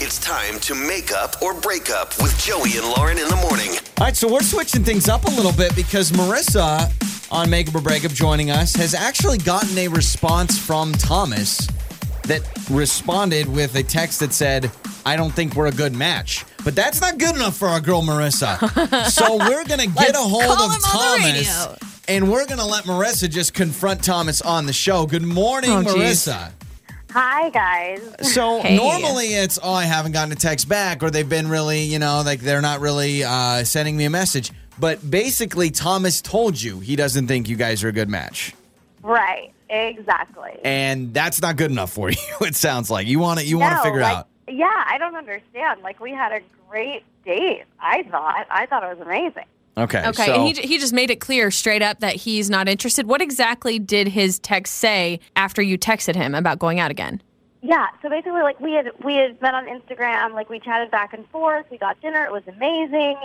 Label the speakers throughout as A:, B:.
A: It's time to make up or break up with Joey and Lauren in the morning.
B: All right, so we're switching things up a little bit because Marissa on Make Up or Breakup joining us has actually gotten a response from Thomas that responded with a text that said, I don't think we're a good match. But that's not good enough for our girl Marissa. so we're going to get a hold
C: call
B: of
C: him on the
B: Thomas
C: radio.
B: and we're going to let Marissa just confront Thomas on the show. Good morning,
C: Oh, geez.
B: Marissa.
D: Hi guys.
B: So
C: Hey.
B: normally it's oh I haven't gotten a text back or they've been really you know like they're not really uh, sending me a message. But basically Thomas told you he doesn't think you guys are a good match,
D: Right. Exactly.
B: and that's not good enough for you. It sounds like you want to you want to
D: No,
B: figure
D: like,
B: out.
D: Yeah, I don't understand. Like we had a great date. I thought. I thought it was amazing.
B: Okay.
C: Okay,
B: So,
C: and he, j- he just made it clear straight up that he's not interested. What exactly did his text say after you texted him about going out again?
D: Yeah. So basically, like we had we had met on Instagram. Like we chatted back and forth. We got dinner. It was amazing.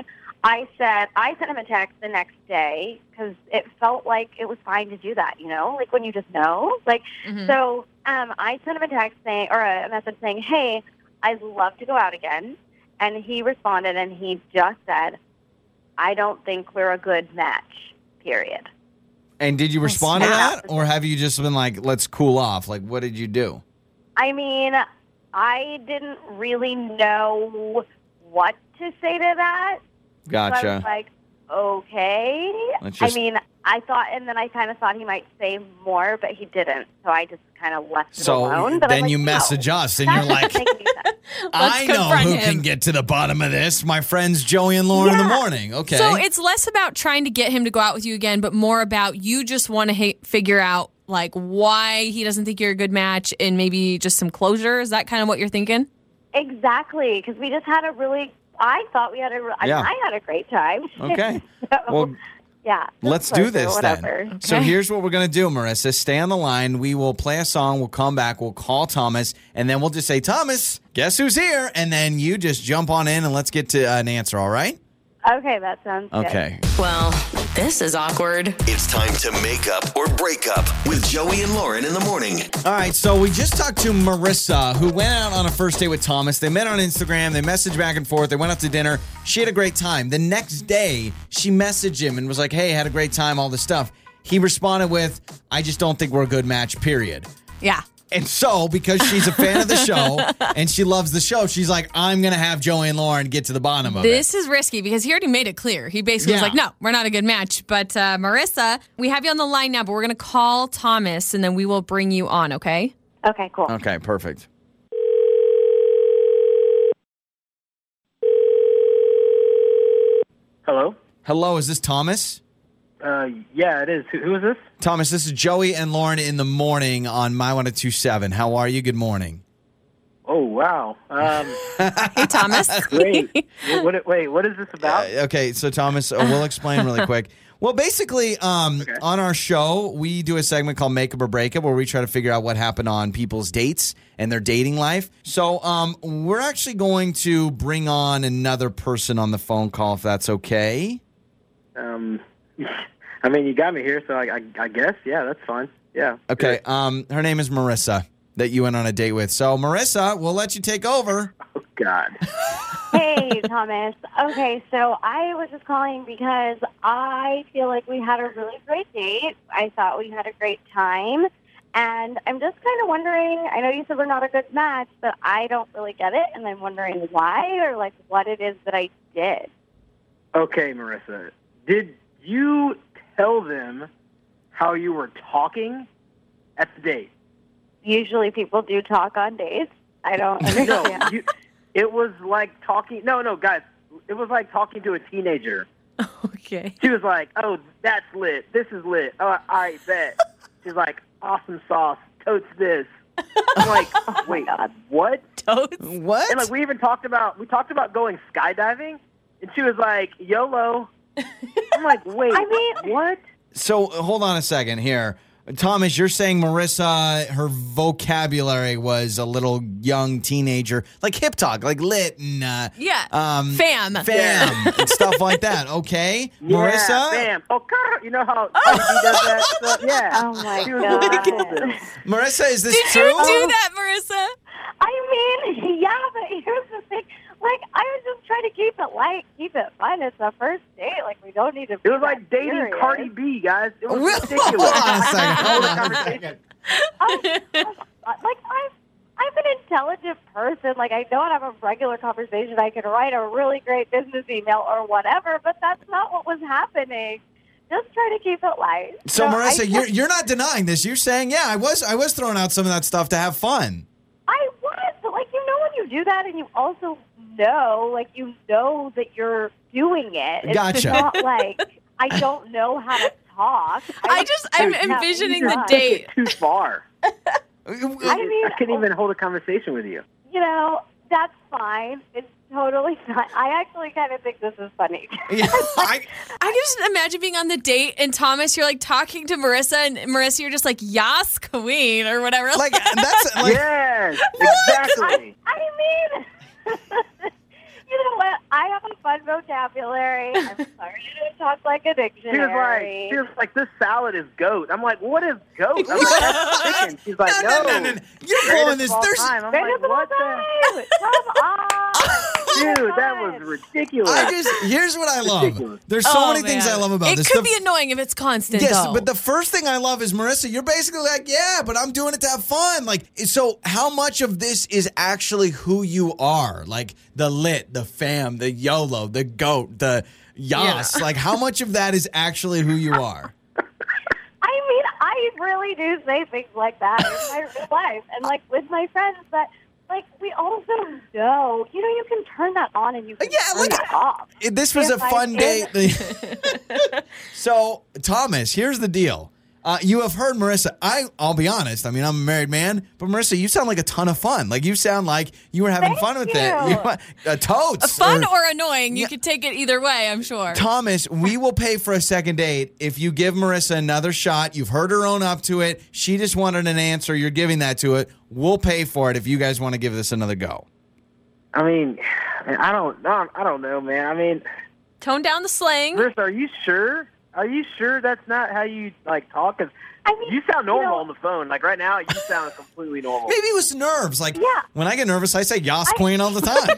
D: I said I sent him a text the next day because it felt like it was fine to do that. You know, like when you just know. Like so, um, I sent him a text saying or a message saying, "Hey, I'd love to go out again," and he responded and he just said, "I don't think we're a good match." Period.
B: and did you respond to
D: snap.
B: that, or have you just been like, let's cool off? Like, what did you do?
D: I mean, I didn't really know what to say to that. So I was
B: Gotcha.
D: like, okay.
B: Let's
D: I
B: just-
D: mean, I thought, and then I kind of thought he might say more, but he didn't. So I just kind of left
B: So
D: it alone. But I'm
B: then
D: like,
B: you
D: no,
B: message us, and
D: that
B: you're like,
D: doesn't make any sense.
B: I know
C: confront
B: who
C: him.
B: can get to the bottom of this. My friends Joey and Laura in the
D: Yeah.
B: morning. Okay.
C: So it's less about trying to get him to go out with you again, but more about you just want to ha- figure out like why he doesn't think you're a good match and maybe just some closure. Is that kind of what you're thinking?
D: exactly. Because we just had a really, I thought we had a, re- I, mean,
B: Yeah.
D: I had a great time.
B: Okay.
D: So,
B: Well,
D: yeah.
B: Let's
D: closure,
B: do this
D: whatever.
B: then. So here's what we're going to do, Marissa. Stay on the line. We will play a song. We'll come back. We'll call Thomas. And then we'll just say, Thomas, guess who's here? And then you just jump on in and let's get to an answer, all right?
D: Okay, that sounds good.
B: Okay.
E: Well, this is awkward.
A: It's time to make up or break up with Joey and Lauren in the morning.
B: All right. So we just talked to Marissa, who went out on a first date with Thomas. They met on Instagram. They messaged back and forth. They went out to dinner. She had a great time. The next day, she messaged him and was like, hey, had a great time, all this stuff. He responded with, I just don't think we're a good match, period.
C: Yeah.
B: And so, because she's a fan of the show and she loves the show, she's like, I'm going to have Joey and Lauren get to the bottom of
C: This is risky because he already made it clear. He basically
B: Yeah.
C: was like, no, we're not a good match. But uh, Marissa, we have you on the line now, but we're going to call Thomas and then we will bring you on, okay?
D: Okay, cool.
B: it. Okay, perfect.
F: Hello.
B: Hello, is this Thomas?
F: Uh, yeah, it is. Who, who is this?
B: Thomas, this is Joey and Lauren in the morning on My 1027. How are you? Good morning.
F: Oh wow. Um,
C: Hey, Thomas.
F: great. Wait, what, wait, what is this about?
B: Uh, okay, so Thomas, uh, we'll explain really quick. Well, basically, um, on our show, we do a segment called Makeup or Breakup where we try to figure out what happened on people's dates and their dating life. So um, we're actually going to bring on another person on the phone call if that's okay.
F: Um, I mean, you got me here, so I, I, I guess. Yeah, that's fine. Yeah.
B: Okay, um, her name is Marissa that you went on a date with. So, Marissa, we'll let you take over.
F: Oh God.
D: Hey, Thomas. Okay, so I was just calling because I feel like we had a really great date. I thought we had a great time. And I'm just kind of wondering I know you said we're not a good match, but I don't really get it. And I'm wondering why or like what it is that I did.
F: Okay, Marissa. Did you tell them how you were talking at the date?
D: Usually people do talk on dates. I don't
F: No.
D: understand.
F: you, it was like talking. No, no, guys. It was like talking to a teenager.
C: okay.
F: She was like, "Oh, that's lit. This is lit. Oh, I bet." She's like, "Awesome sauce. Totes this." I'm like,
B: Oh
F: "Wait, what?"
B: What?
F: And like, we even talked about we talked about going skydiving, and she was like, "YOLO." I'm like, "Wait,
D: I mean-
F: what?"
B: So uh, hold on a second here. Thomas, you're saying Marissa, her vocabulary was a little young teenager, like hip talk, like lit and uh,
C: Yeah.
B: um,
C: Fam.
B: fam, and stuff like that. Okay, Marissa,
F: yeah, bam. Oh, God. you know how she does that stuff? Yeah.
D: Oh, my
F: she was a
D: God.
F: little bbit.
B: Marissa, is this
C: Did
B: true?
C: you do that, Marissa?
D: I mean, yeah, but here's the like, I was just trying to keep it light, keep it fun. It's a first date. Like, we don't need to.
F: It was like dating Cardi B, guys. It was
B: Well,
F: ridiculous.
B: hold on a
F: Like,
B: second, hold
F: the
B: on a
F: conversation.
D: Oh, uh, Like, I'm, I'm an intelligent person. Like, I know how to have a regular conversation. I can write a really great business email or whatever, but that's not what was happening. Just try to keep it light.
B: So,
D: I
B: Marissa,
D: just-
B: you're you're not denying this. You're saying, yeah, I was I was throwing out some of that stuff to have fun.
D: I was, but like you know when you do that, and you also know, like you know that you're doing it. It's
B: Gotcha.
D: not like I don't know how to talk.
C: I just, I'm envisioning the date.
F: Too far.
D: I mean,
F: I
B: oh.
F: couldn't even hold a conversation with you.
D: you know, that's fine. It's totally fine. I actually kind of think this is funny.
B: Yeah, I-
C: I can just imagine being on the date and Thomas, you're like talking to Marissa, and Marissa, you're just like, Yas Queen, or whatever.
B: like that's like
F: yes, exactly.
D: I mean, you know what? I have a fun vocabulary. I'm sorry to talk like a
F: She was like,
D: dictionary.
F: she was like, this salad is goat. I'm like, what is goat? I'm like, that's chicken. She's like,
B: no,
F: no,
B: no, no, no. You're blowing this.
F: All
B: There's
F: time. I'm
D: Greatest of
F: like,
D: all
F: what
D: time.
F: the
D: Come on.
F: dude? That was ridiculous.
B: I just here's what I love.
F: Ridiculous.
B: There's so
C: Oh,
B: many things
C: man.
B: I love about
C: it
B: this.
C: could
B: The-
C: be annoying if it's constant.
B: Yes,
C: though.
B: but the first thing I love is Marissa. You're basically like, yeah, but I'm doing it to have fun. Like, so how much of this is actually who you are? Like the lit, the fam, the YOLO, the goat, the yas. Like, how much of that is actually who you are?
D: I mean, I really do say things like that in my real life and like with my friends, but like we also know, you know, you can turn that on and you can
B: Yeah,
D: turn
B: like-
D: it off.
B: It- this was
D: If
B: a
D: I
B: fun date.
D: did-
B: so, Thomas, here's the deal. Uh, you have heard Marissa. I, I'll be honest. I mean, I'm a married man, but Marissa, you sound like a ton of fun. Like you sound like you were having
D: Thank
B: fun with
D: you.
B: it. You, uh, totes.
C: Fun
B: or-
C: or annoying, you could take it either way, I'm sure.
B: Thomas, we will pay for a second date if you give Marissa another shot. You've heard her own up to it. She just wanted an answer. You're giving that to it. We'll pay for it if you guys want to give this another go.
F: I mean, man, I don't know. I don't know, man. I mean,
C: Tone down the slang.
F: Chris, are you sure? Are you sure that's not how you like talk? 'Cause
D: I mean,
F: you sound normal
D: know,
F: on the phone. Like right now, you sound completely normal.
B: Maybe it was nerves. Like
D: Yeah.
B: when I get nervous, I say "Yas Queen" all the time.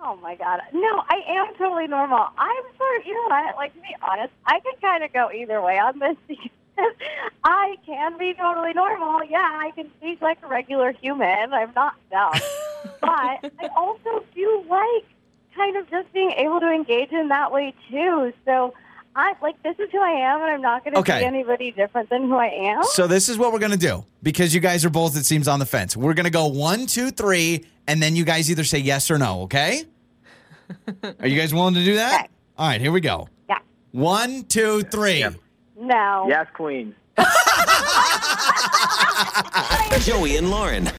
D: Oh my god! No, I am totally normal. I'm sort of, you know what? Like to be honest, I could kind of go either way on this because I can be totally normal. Yeah, I can speak like a regular human. I'm not dumb, but I also do like kind of just being able to engage in that way too. So I like this is who I am, and I'm not going to
B: Okay.
D: be anybody different than who I am.
B: so this is what we're gonna do because you guys are both it seems on the fence. We're gonna go one, two, three, and then you guys either say yes or no. Okay? Are you guys willing to do that?
D: Okay.
B: All right, here we go.
D: Yeah.
B: One, two, three.
D: No.
F: Yes, Queen.
A: Joey and Lauren.